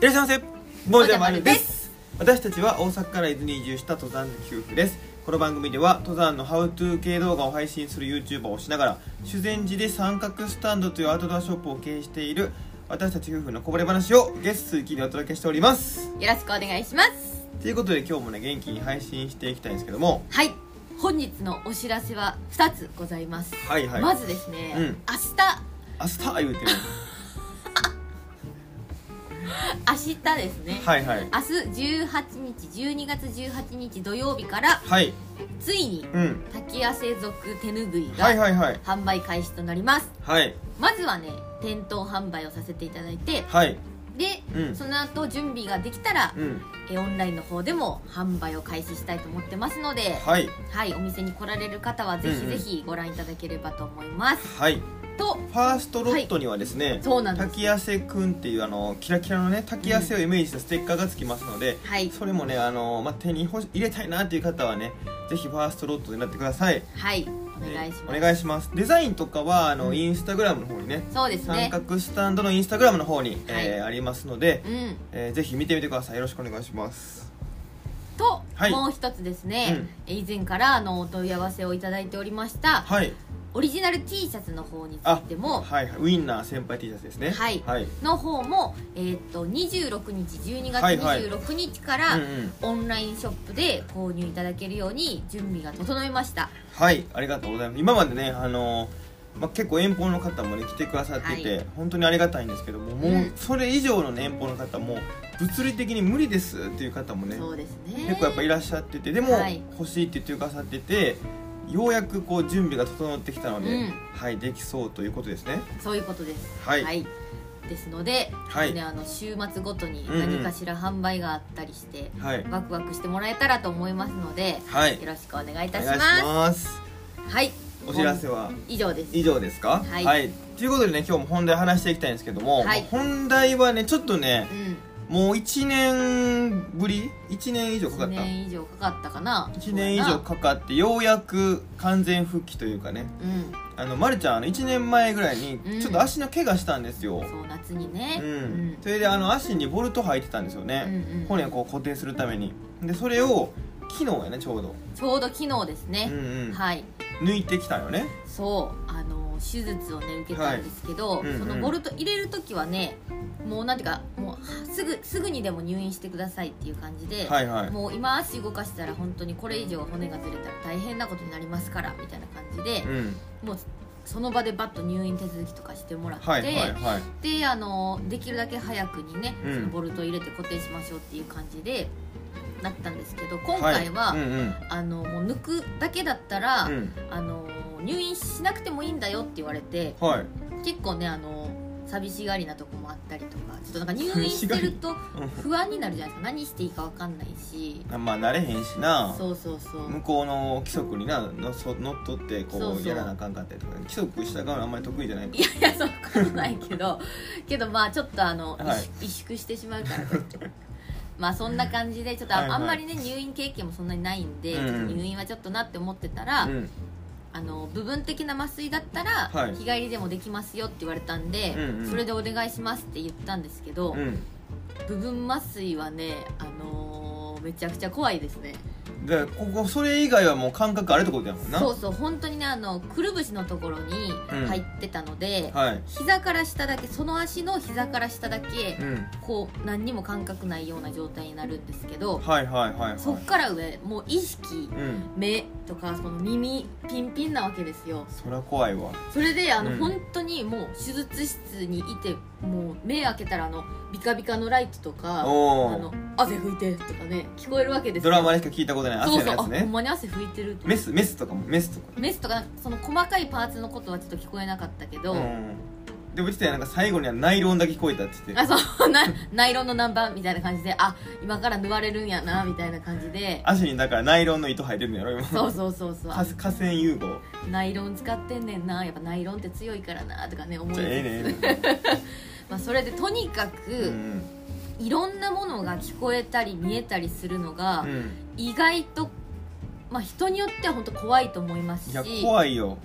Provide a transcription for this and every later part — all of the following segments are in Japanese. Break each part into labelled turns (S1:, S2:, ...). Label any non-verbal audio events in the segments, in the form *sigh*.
S1: いらっしゃいませもじゃまるです私たちは大阪から伊豆に移住した登山好き夫婦ですこの番組では登山のハウトゥー系動画を配信する YouTuber をしながら修善寺で三角スタンドというアウトドアショップを経営している私たち夫婦のこぼれ話を月水金でお届けしております
S2: よろしくお願いします
S1: ということで今日もね元気に配信していきたいんですけども
S2: はい本日のお知らせは2つございます、
S1: はいはい
S2: まずですね、
S1: うん明日言うてる
S2: 明日明日ですね、
S1: はいはい
S2: 明日18日12月18日土曜日から
S1: はい
S2: ついに
S1: うん
S2: 滝汗族手ぬぐい
S1: はい
S2: が
S1: はいはい
S2: 販売開始となります、
S1: はい
S2: まずはね店頭販売をさせていただいて
S1: はい
S2: で、
S1: うん
S2: その後準備ができたら、
S1: うん
S2: えオンラインの方でも販売を開始したいと思ってますので
S1: はい
S2: はい、お店に来られる方はぜ
S1: う
S2: ひ
S1: んうん
S2: ぜひご覧いただければと思います、
S1: はい
S2: と
S1: ファーストロットにはですね、
S2: そうなんです
S1: 滝汗くんっていうあのキラキラのね滝汗をイメージしたステッカーがつきますので、
S2: はい
S1: それもねあの、まあ、手に欲し入れたいなっていう方はねぜひファーストロットになってください
S2: はいお願
S1: え
S2: いします
S1: お願いしますデザインとかはあの、
S2: うん
S1: インスタグラムの方にね
S2: そうです
S1: 三
S2: ね
S1: 角スタンドのインスタグラムの方に、えーありますので
S2: う、ん
S1: えーぜひ見てみてくださいよろしくお願いします
S2: と、
S1: はい
S2: もう一つですね、え以前からあのお問い合わせをいただいておりました
S1: はい
S2: オリジナル T シャツの方についても
S1: はいはいウインナー先輩 T シャツですね
S2: はい
S1: はい、
S2: の方も、えー、と26日12月
S1: はいはい
S2: 26日から、
S1: うんうん
S2: オンラインショップで購入いただけるように準備が整いました
S1: はいありがとうございます今までねあのーまあ、結構遠方の方もね来てくださってて、
S2: は
S1: 本当にありがたいんですけどももううんそれ以上のね遠方の方も物理的に無理ですっていう方もね
S2: そうですね
S1: 結構やっぱいらっしゃっててでも
S2: はい
S1: 欲しいって言ってくださっててようやくこう準備が整ってきたので、
S2: うん
S1: はいできそうということですね
S2: そういうことです
S1: はい
S2: ですので、
S1: はい
S2: ね、あの週末ごとに
S1: うんうん
S2: 何かしら販売があったりして、
S1: はい
S2: ワクワクしてもらえたらと思いますので、
S1: はい
S2: よろしくお願いいたし
S1: お
S2: ま
S1: 願い
S2: す
S1: します
S2: はい
S1: お知らせは
S2: 以上です
S1: 以上ですか
S2: はい
S1: ということでね今日も本題話していきたいんですけども、
S2: はい
S1: 本題はねちょっとね
S2: うん
S1: もう1年ぶり1年以上かか
S2: 1
S1: った
S2: 年以上かかったかな
S1: 1年以上かかってようやく完全復帰というかね
S2: うん
S1: あの、ま、るちゃんあの1年前ぐらいに
S2: うん
S1: ちょっと足の怪我したんですよ、
S2: そう夏にね
S1: うんそれであの足にボルト入ってたんですよ
S2: うん
S1: ね、
S2: うん
S1: 骨をこう固定するためにでそれを昨日やねちょうど、
S2: ちょうど昨日です
S1: うん
S2: ね、
S1: うん
S2: はい
S1: 抜いてきたよね
S2: そうあの手術をね受けたんですけ
S1: はい
S2: ど、
S1: うんうん
S2: そのボルト入れる時はねもうなんていうかもうはすぐすぐにでも入院してくださいっていう感じで、
S1: はいはい
S2: もう今足動かしたら本当にこれ以上骨がずれたら大変なことになりますからみたいな感じで
S1: う、ん
S2: もうその場でバッと入院手続きとかしてもらって、
S1: はいはいはい
S2: であのできるだけ早くにね、
S1: うん
S2: そのボルト入れて固定しましょうっていう感じでなったんですけど今回は、
S1: いうんうん
S2: あのもう抜くだけだったら、
S1: うん
S2: あの入院しなくてもいいんだよって言われて
S1: はい
S2: 結構ねあの寂しがりなとこもあったりとかちょっとなんか入院してると不安になるじゃないですか何していいか分かんないし
S1: あまあ慣れへんしな
S2: そうそうそう
S1: 向こうの規則になのそ乗っ取ってこう
S2: そうそう
S1: やらなあかんかったりとか規則従うのあんまり得意じゃない
S2: いやいやそんなことないけどけどまあちょっとあの、
S1: はい
S2: 萎縮萎縮してしまうから
S1: *laughs*
S2: まあそんな感じでちょっとあ,、
S1: はいはい
S2: んまりね入院経験もそんなにないんで、
S1: うん
S2: ちょっと入院はちょっとなって思ってたら、
S1: うん
S2: あの部分的な麻酔だったら、
S1: はい
S2: 日帰りでもできますよって言われたんで、
S1: うんうん
S2: それでお願いしますって言ったんですけど、
S1: うん
S2: 部分麻酔はねあのーめちゃくちゃ怖いですね
S1: でここそれ以外はもう感覚あるってことやもんな
S2: そうそう本当にねあのくるぶしのところに
S1: うん
S2: 入ってたので、
S1: はい
S2: 膝から下だけその足の膝から下だけ
S1: うん
S2: こう何にも感覚ないような状態になるんですけど
S1: はいはいはいはい
S2: そっから上もう意識
S1: うん
S2: 目とかその耳ピンピンなわけですよ
S1: そりゃ怖いわ
S2: それであの、
S1: うん
S2: 本当にもう手術室にいてもう目開けたらあのビカビカのライトとかあ
S1: おお
S2: の汗拭いてとかね聞こえるわけです
S1: ド
S2: よ
S1: ラマでしか聞いたことない
S2: そ
S1: 汗
S2: う
S1: の
S2: そう
S1: や
S2: あ
S1: つ
S2: ほん
S1: ね
S2: まに汗拭いてると
S1: メスメスとかもメスとか
S2: メスとかその細かいパーツのことはちょっと聞こえなかったけど、
S1: うんでうちでなんか最後にはナイロンだけ聞こえたって言
S2: あ
S1: って
S2: そう *laughs* なナイロンのナンバーみたいな感じであ今から縫われるんやなみたいな感じで
S1: 足にだからナイロンの糸入ってるんやろ今
S2: そうそうそうそう
S1: か
S2: あ
S1: 河川融合
S2: ナイロン使ってんねんなやっぱナイロンって強いからなとかね思いつ
S1: じ
S2: つ
S1: ゃあええねんええね
S2: まあ、それでとにかく、
S1: んうん
S2: いろんなものが聞こえたり見えたりするのが、
S1: うんうん
S2: 意外と、まあ、人によっては本当怖いと思います
S1: い
S2: し
S1: や怖いよ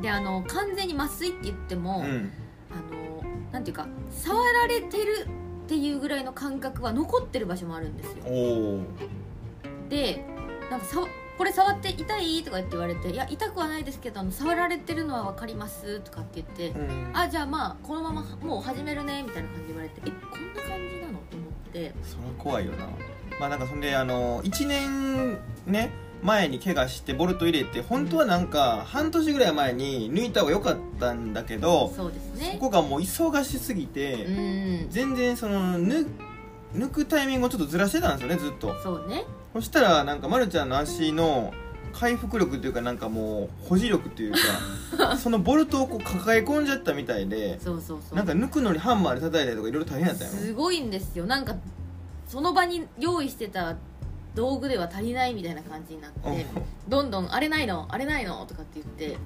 S2: であの完全に麻酔って言っても、
S1: うん
S2: あのなんていうか触られてるっっていうぐらいの感覚は残ってる場所もあるんですよ
S1: おお
S2: でなんかさこれ触って痛いとかって言われて「いや痛くはないですけどあの触られてるのは分かります」とかって言って
S1: うん
S2: 「あじゃあまあこのままもう始めるね」みたいな感じで言われて「えこんな感じなの?」と思って
S1: それは怖いよなまあなんかそんであの1年ね前に怪我してボルト入れて本当はなんか半年ぐらい前に抜いた方が良かったんだけど
S2: そうです
S1: そ
S2: ね
S1: こがもう忙しすぎ
S2: う
S1: て
S2: ん
S1: 全然その抜抜くタイミングをちょっとずらしてたんですよねずっと
S2: そうね
S1: そしたらなんかまるちゃんの足の回復力というかなんかもう保持力という
S2: *laughs*
S1: かそのボルトをこう抱え込んじゃったみたいで
S2: そうそうそう
S1: なんか抜くのにハンマーで叩いたりとかいろいろ大変だったよ
S2: すごいんですよなんかその場に用意してた道具では足りないみたいな感じになってどんどん「あれないのあれないの?」とかって言って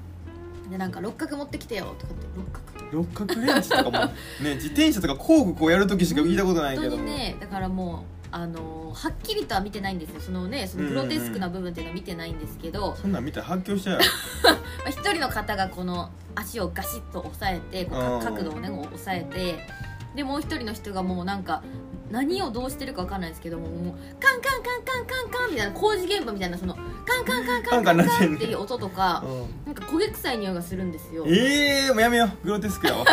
S2: でなんか六角持ってきてよとかって六角
S1: 六角レンチとか
S2: *laughs*
S1: もね自転車とか工具こうやる時しか聞いたことないけ
S2: 本当
S1: ども
S2: にねだからもうあのーはっきりとは見てないんですよそのねそのグロテスクな部分っていうのは見てないんですけど、ま
S1: そんなん見たら発狂しちゃう
S2: あ、一人の方がこの足をガシッと押さえてこう
S1: うんうん
S2: か角度をねこう押さえてでもう一人の人がもうなんか何をどうしてるかわかんないですけどももうカンカンカンカンカンカンみたいな工事現場みたいなそのカンカンカンカンカンカンっていう音とか
S1: うん
S2: なんか焦げ臭い匂いがするんですよ
S1: ええー、もうやめようグロテスクや
S2: *laughs*
S1: わ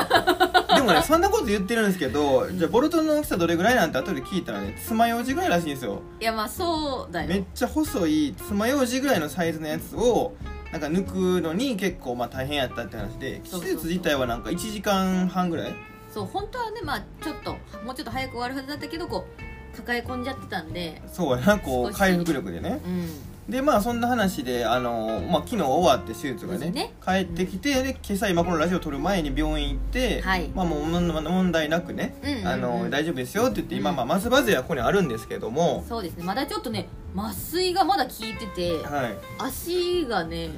S1: でもねそんなこと言ってるんですけどじゃあボルトの大きさどれぐらいなんて後で聞いたらね爪楊枝ぐらいらしいんですよ
S2: いやまあそうだ
S1: めっ
S2: よ
S1: ちゃ細い爪楊枝ぐらいのサイズのやつをなんか抜くのに結構まあ大変やったって話で
S2: そうそうそう
S1: 手術自体はなんか1時間半ぐらい
S2: そう本当はねまあちょっともうちょっと早く終わるはずだったけどこう抱え込んじゃってたんで
S1: そうやなこ
S2: 少
S1: う
S2: し
S1: 回復力でね
S2: うん
S1: でまあそんな話であの、まあ、昨日終わって手術がね
S2: ね
S1: 帰ってきて、で今朝今このラジオ撮る前に病院行って、
S2: はい
S1: まあ、もう問問題なくね、
S2: うんうんうん
S1: あの大丈夫ですよって言って今、
S2: うん
S1: まあ、まずまずはここにあるんですけども、
S2: そうですねまだちょっとね麻酔がまだ効いてて
S1: は
S2: 足がね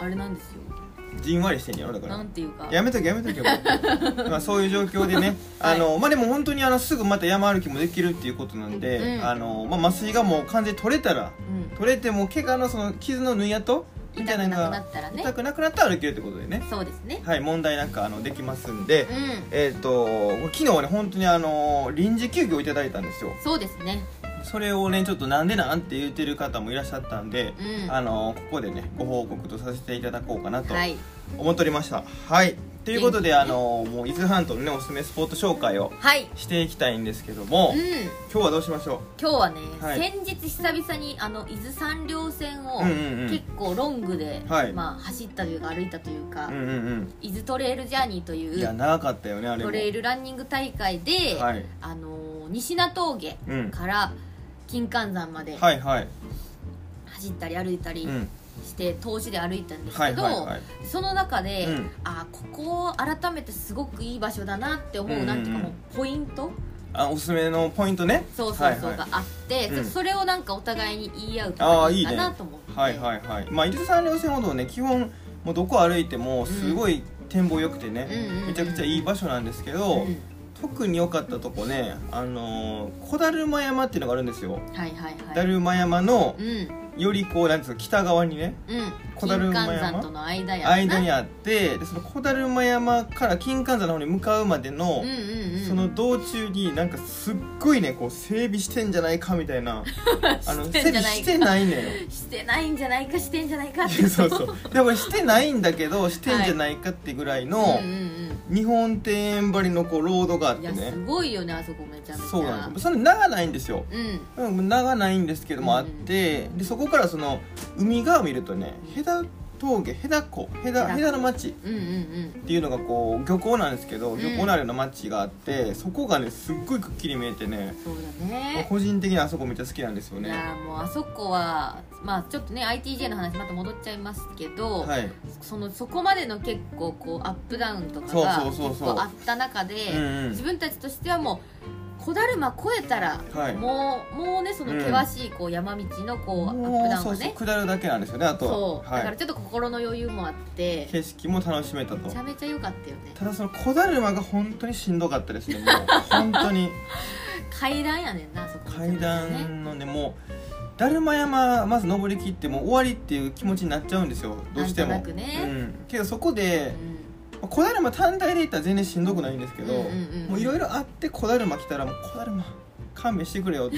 S2: あれなんですよ
S1: い、じんわりしてんやろだか
S2: な
S1: ら
S2: んていうか
S1: やめとけやめとけも
S2: *laughs*
S1: うまあそういう状況でね、あのまあ、でも本当にあのすぐまた山歩きもできるっていうことなんで、
S2: うん
S1: あのまあ、麻酔がもう完全に取れたら
S2: うん
S1: 取れても怪我のその傷の縫い跡みたい
S2: 痛く
S1: な
S2: な
S1: のが
S2: くなったらね
S1: 痛くなくなったら歩けるってことでね
S2: そうですね
S1: はい、問題なくあのできますんで、
S2: うん
S1: えっ、と昨日はね本当にあの臨時休業いただいたんですよ
S2: そうですね
S1: それをねちょっとなんでなんって言ってる方もいらっしゃったんで、
S2: うん
S1: あのここでねご報告とさせていただこうかなと
S2: はい
S1: 思っておりましたはいということで、
S2: 元
S1: あ
S2: 気にね
S1: のもう伊豆半島のねおすすめスポット紹介を
S2: はい
S1: していきたいんですけども
S2: うん
S1: 今日はどうしましょ
S2: 今日はね、
S1: はい
S2: 先日久々にあの伊豆山稜線を
S1: うんうんうん
S2: 結構ロングで、
S1: はい
S2: まあ、走ったというか歩いたというか、
S1: ううんうん
S2: 伊豆トレイルジャーニーとい
S1: うんいや
S2: う
S1: 長かったよねあれも
S2: トレイルランニング大会で、
S1: はい
S2: あのー西名峠
S1: うん
S2: から金環山まで
S1: はいはい
S2: 走ったり歩いたり
S1: うん
S2: して、投資で歩いたんです
S1: は
S2: け
S1: い
S2: ど、
S1: はいはい
S2: その中で、
S1: うん
S2: あーここ改めてすごくいい場所だなって思う、
S1: うんうんうん
S2: なんていうかもうポイント
S1: あおすすめのポイントね
S2: そうそう
S1: はい
S2: そ
S1: は
S2: う
S1: い
S2: があって、
S1: うん
S2: それをなんかお互いに言い合うと
S1: あー
S2: か
S1: いい
S2: か
S1: ね
S2: なと思って
S1: はいはいはい、まあ、伊豆山稜線ほどね基本もうどこ歩いてもすごい展望良くてね、
S2: うんうんうん
S1: めちゃくちゃいい場所なんですけど、
S2: うん
S1: 特に良かったとこね、あのー小達馬山っていうのがあるんですよ
S2: はいはい
S1: だ
S2: はい
S1: るま山の
S2: うんうん
S1: よりこうなんていうの北側にね小樽
S2: 金
S1: 馬山
S2: 環山との間やな
S1: 間にあってでその小達馬山から金環山の方に向かうまでの
S2: うん、うんうん
S1: その道中になんかすっごいねこう整備してんじゃないかみたい
S2: *laughs*
S1: なあの整
S2: してん
S1: 備
S2: じゃないか
S1: してないのよ
S2: してないんじゃないかしてんじゃないかっ
S1: *laughs*
S2: て
S1: そうそうでもしてないんだけどしてんじゃないかってぐらいの、
S2: うんうん
S1: 日本庭園ばりのこうロードがあっ
S2: うん
S1: て
S2: いや
S1: ね
S2: すごいよねあそこめちゃめちゃ
S1: そうなんですよそれ長ないんですよ
S2: うん
S1: うん長ないんですけどもあって、でそこからその海側を見るとね
S2: うん
S1: 戸田峠戸田湖戸田
S2: 戸田湖
S1: 戸田の町っ
S2: うんうんうん
S1: ていうのがこう漁港なんですけど、
S2: うん
S1: 漁港のあるような町があってそこがねすっごいくっきり見えてね
S2: そうだね
S1: 個人的にあそこめっちゃ好きなんですよ
S2: い
S1: ね
S2: やもうあそこはまあちょっとね ITJ の話また戻っちゃいますけど、
S1: はい
S2: そのそこまでの結構こうアップダウンとかが
S1: そう
S2: 結
S1: そうそうそう
S2: 構あった中で
S1: うんうん
S2: 自分たちとしてはもう小だるま越えたら、
S1: はい
S2: もうもうねその険しいこう山道のこうアップダウン
S1: そ
S2: は
S1: うそう
S2: ね
S1: 下るだけなんですよねあと
S2: そう
S1: はは
S2: だから
S1: い、
S2: ちょっと心の余裕もあって
S1: 景色も楽しめたと
S2: めちゃめちゃ良かったよね
S1: ただその小だるまが本当にしんどかったです
S2: *laughs*
S1: ねもう本当に
S2: 階段やねんなあそこ
S1: 階
S2: ね
S1: 段のねもうだるま山まず登りきってもう終わりっていう気持ちになっちゃうんですよどうしても
S2: なんとなくね
S1: うん、けどそこで
S2: う
S1: まあ小だるま単体でいったら全然しんどくないんですけど、
S2: うんうんうん
S1: もういろいろあって小だるま来たらもう小だるま勘弁してくれよって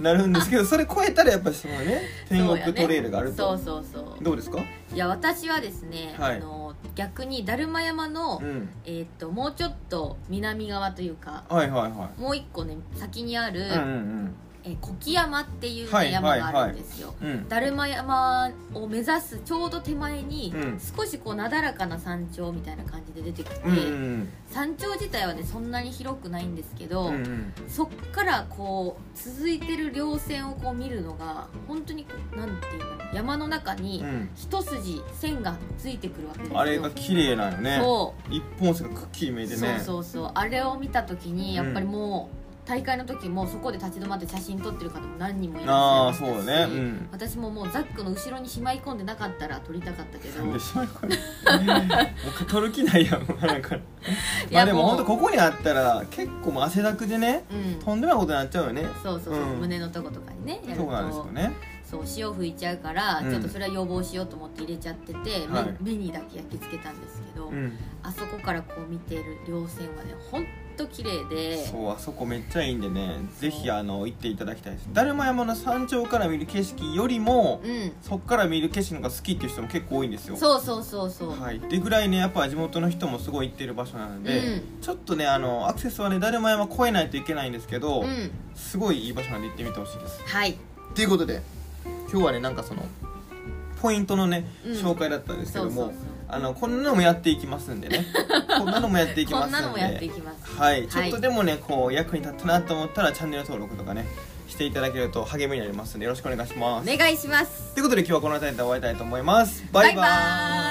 S1: なるんですけ
S2: *laughs*
S1: どそれ超えたらやっぱりそのね天
S2: そうやね
S1: 国トレイルがある
S2: そ
S1: と、
S2: うそうそう
S1: どうですか、
S2: いや私はですね、
S1: はい
S2: あの逆にだるま山の、
S1: うん、
S2: えーっともうちょっと南側というか
S1: はいはいは
S2: もう一個ね先にある、
S1: い、うんうん
S2: えーコキ山っていうね、
S1: はい
S2: 山があるんですよ、
S1: うんうん
S2: だるま山を目指すちょうど手前に、
S1: うん
S2: 少しこうなだらかな山頂みたいな感じで出てきて、
S1: うんうん
S2: 山頂自体はねそんなに広くないんですけど、
S1: うんうん
S2: そっからこう続いてる稜線をこう見るのが本当にこうなんていうの山の中に
S1: うん
S2: 一筋線がついてくるわけですよ
S1: あれが綺麗なよね
S2: そう
S1: 一本線がくっきり見えて
S2: そう
S1: ね
S2: そうそうあれを見た時にやっぱりもう大会の時もそこで立ち止まって写真撮ってる方も何人もい
S1: あ
S2: ら
S1: あ
S2: っしゃ
S1: そ
S2: いうましたし
S1: だねうん
S2: 私ももうザックの後ろにしまい込んでなかったら撮りたかったけ
S1: *laughs*
S2: ど
S1: なんでしまいこれもう語る気ないやんもうなんか
S2: い
S1: ま
S2: や
S1: あでも本当
S2: う
S1: ここにあったら結構もう汗だくでね
S2: うん
S1: とんでもないことになっちゃうよね
S2: そうそうそう、
S1: うん
S2: 胸のとことかにねやる
S1: そうなんですよ
S2: と
S1: ね
S2: そう潮吹いちゃうから、
S1: うん
S2: ちょっとそれは要望しようと思って入れちゃってて、目
S1: はい
S2: 目にだけ焼き付けたんですけど、
S1: うん
S2: あそこからこう見てる稜線はねほんと綺麗で
S1: そうあそこめっちゃいいんでねぜひあの行っていただきたいですだるま山の山頂から見る景色よりも
S2: うん
S1: そっから見る景色の方が好きっていう人も結構多いんですよ
S2: そうそうそうそう、
S1: はい、ってぐらいねやっぱ地元の人もすごい行ってる場所なので、
S2: うん
S1: ちょっとねあのアクセスはねだるま山越えないといけないんですけど、
S2: うん
S1: すごいいい場所なんで行ってみてほしいです
S2: はい
S1: ということで今日はねなんかそのポイントのね、
S2: うん
S1: 紹介だったんですけども
S2: そうそうそう
S1: あのこんなのもやっていきますんで
S2: *laughs*
S1: ねこんなのもやっていきますん
S2: こん
S1: で
S2: なのもやっていきます
S1: はい、ちょっとでもねこう役に立ったなと思ったらチャンネル登録とかねしていただけると励みになりますんでよろしくお願いします、
S2: お願いします
S1: ということで今日はこの辺りで終わりたいと思いますバイバ
S2: バイバ
S1: ーイ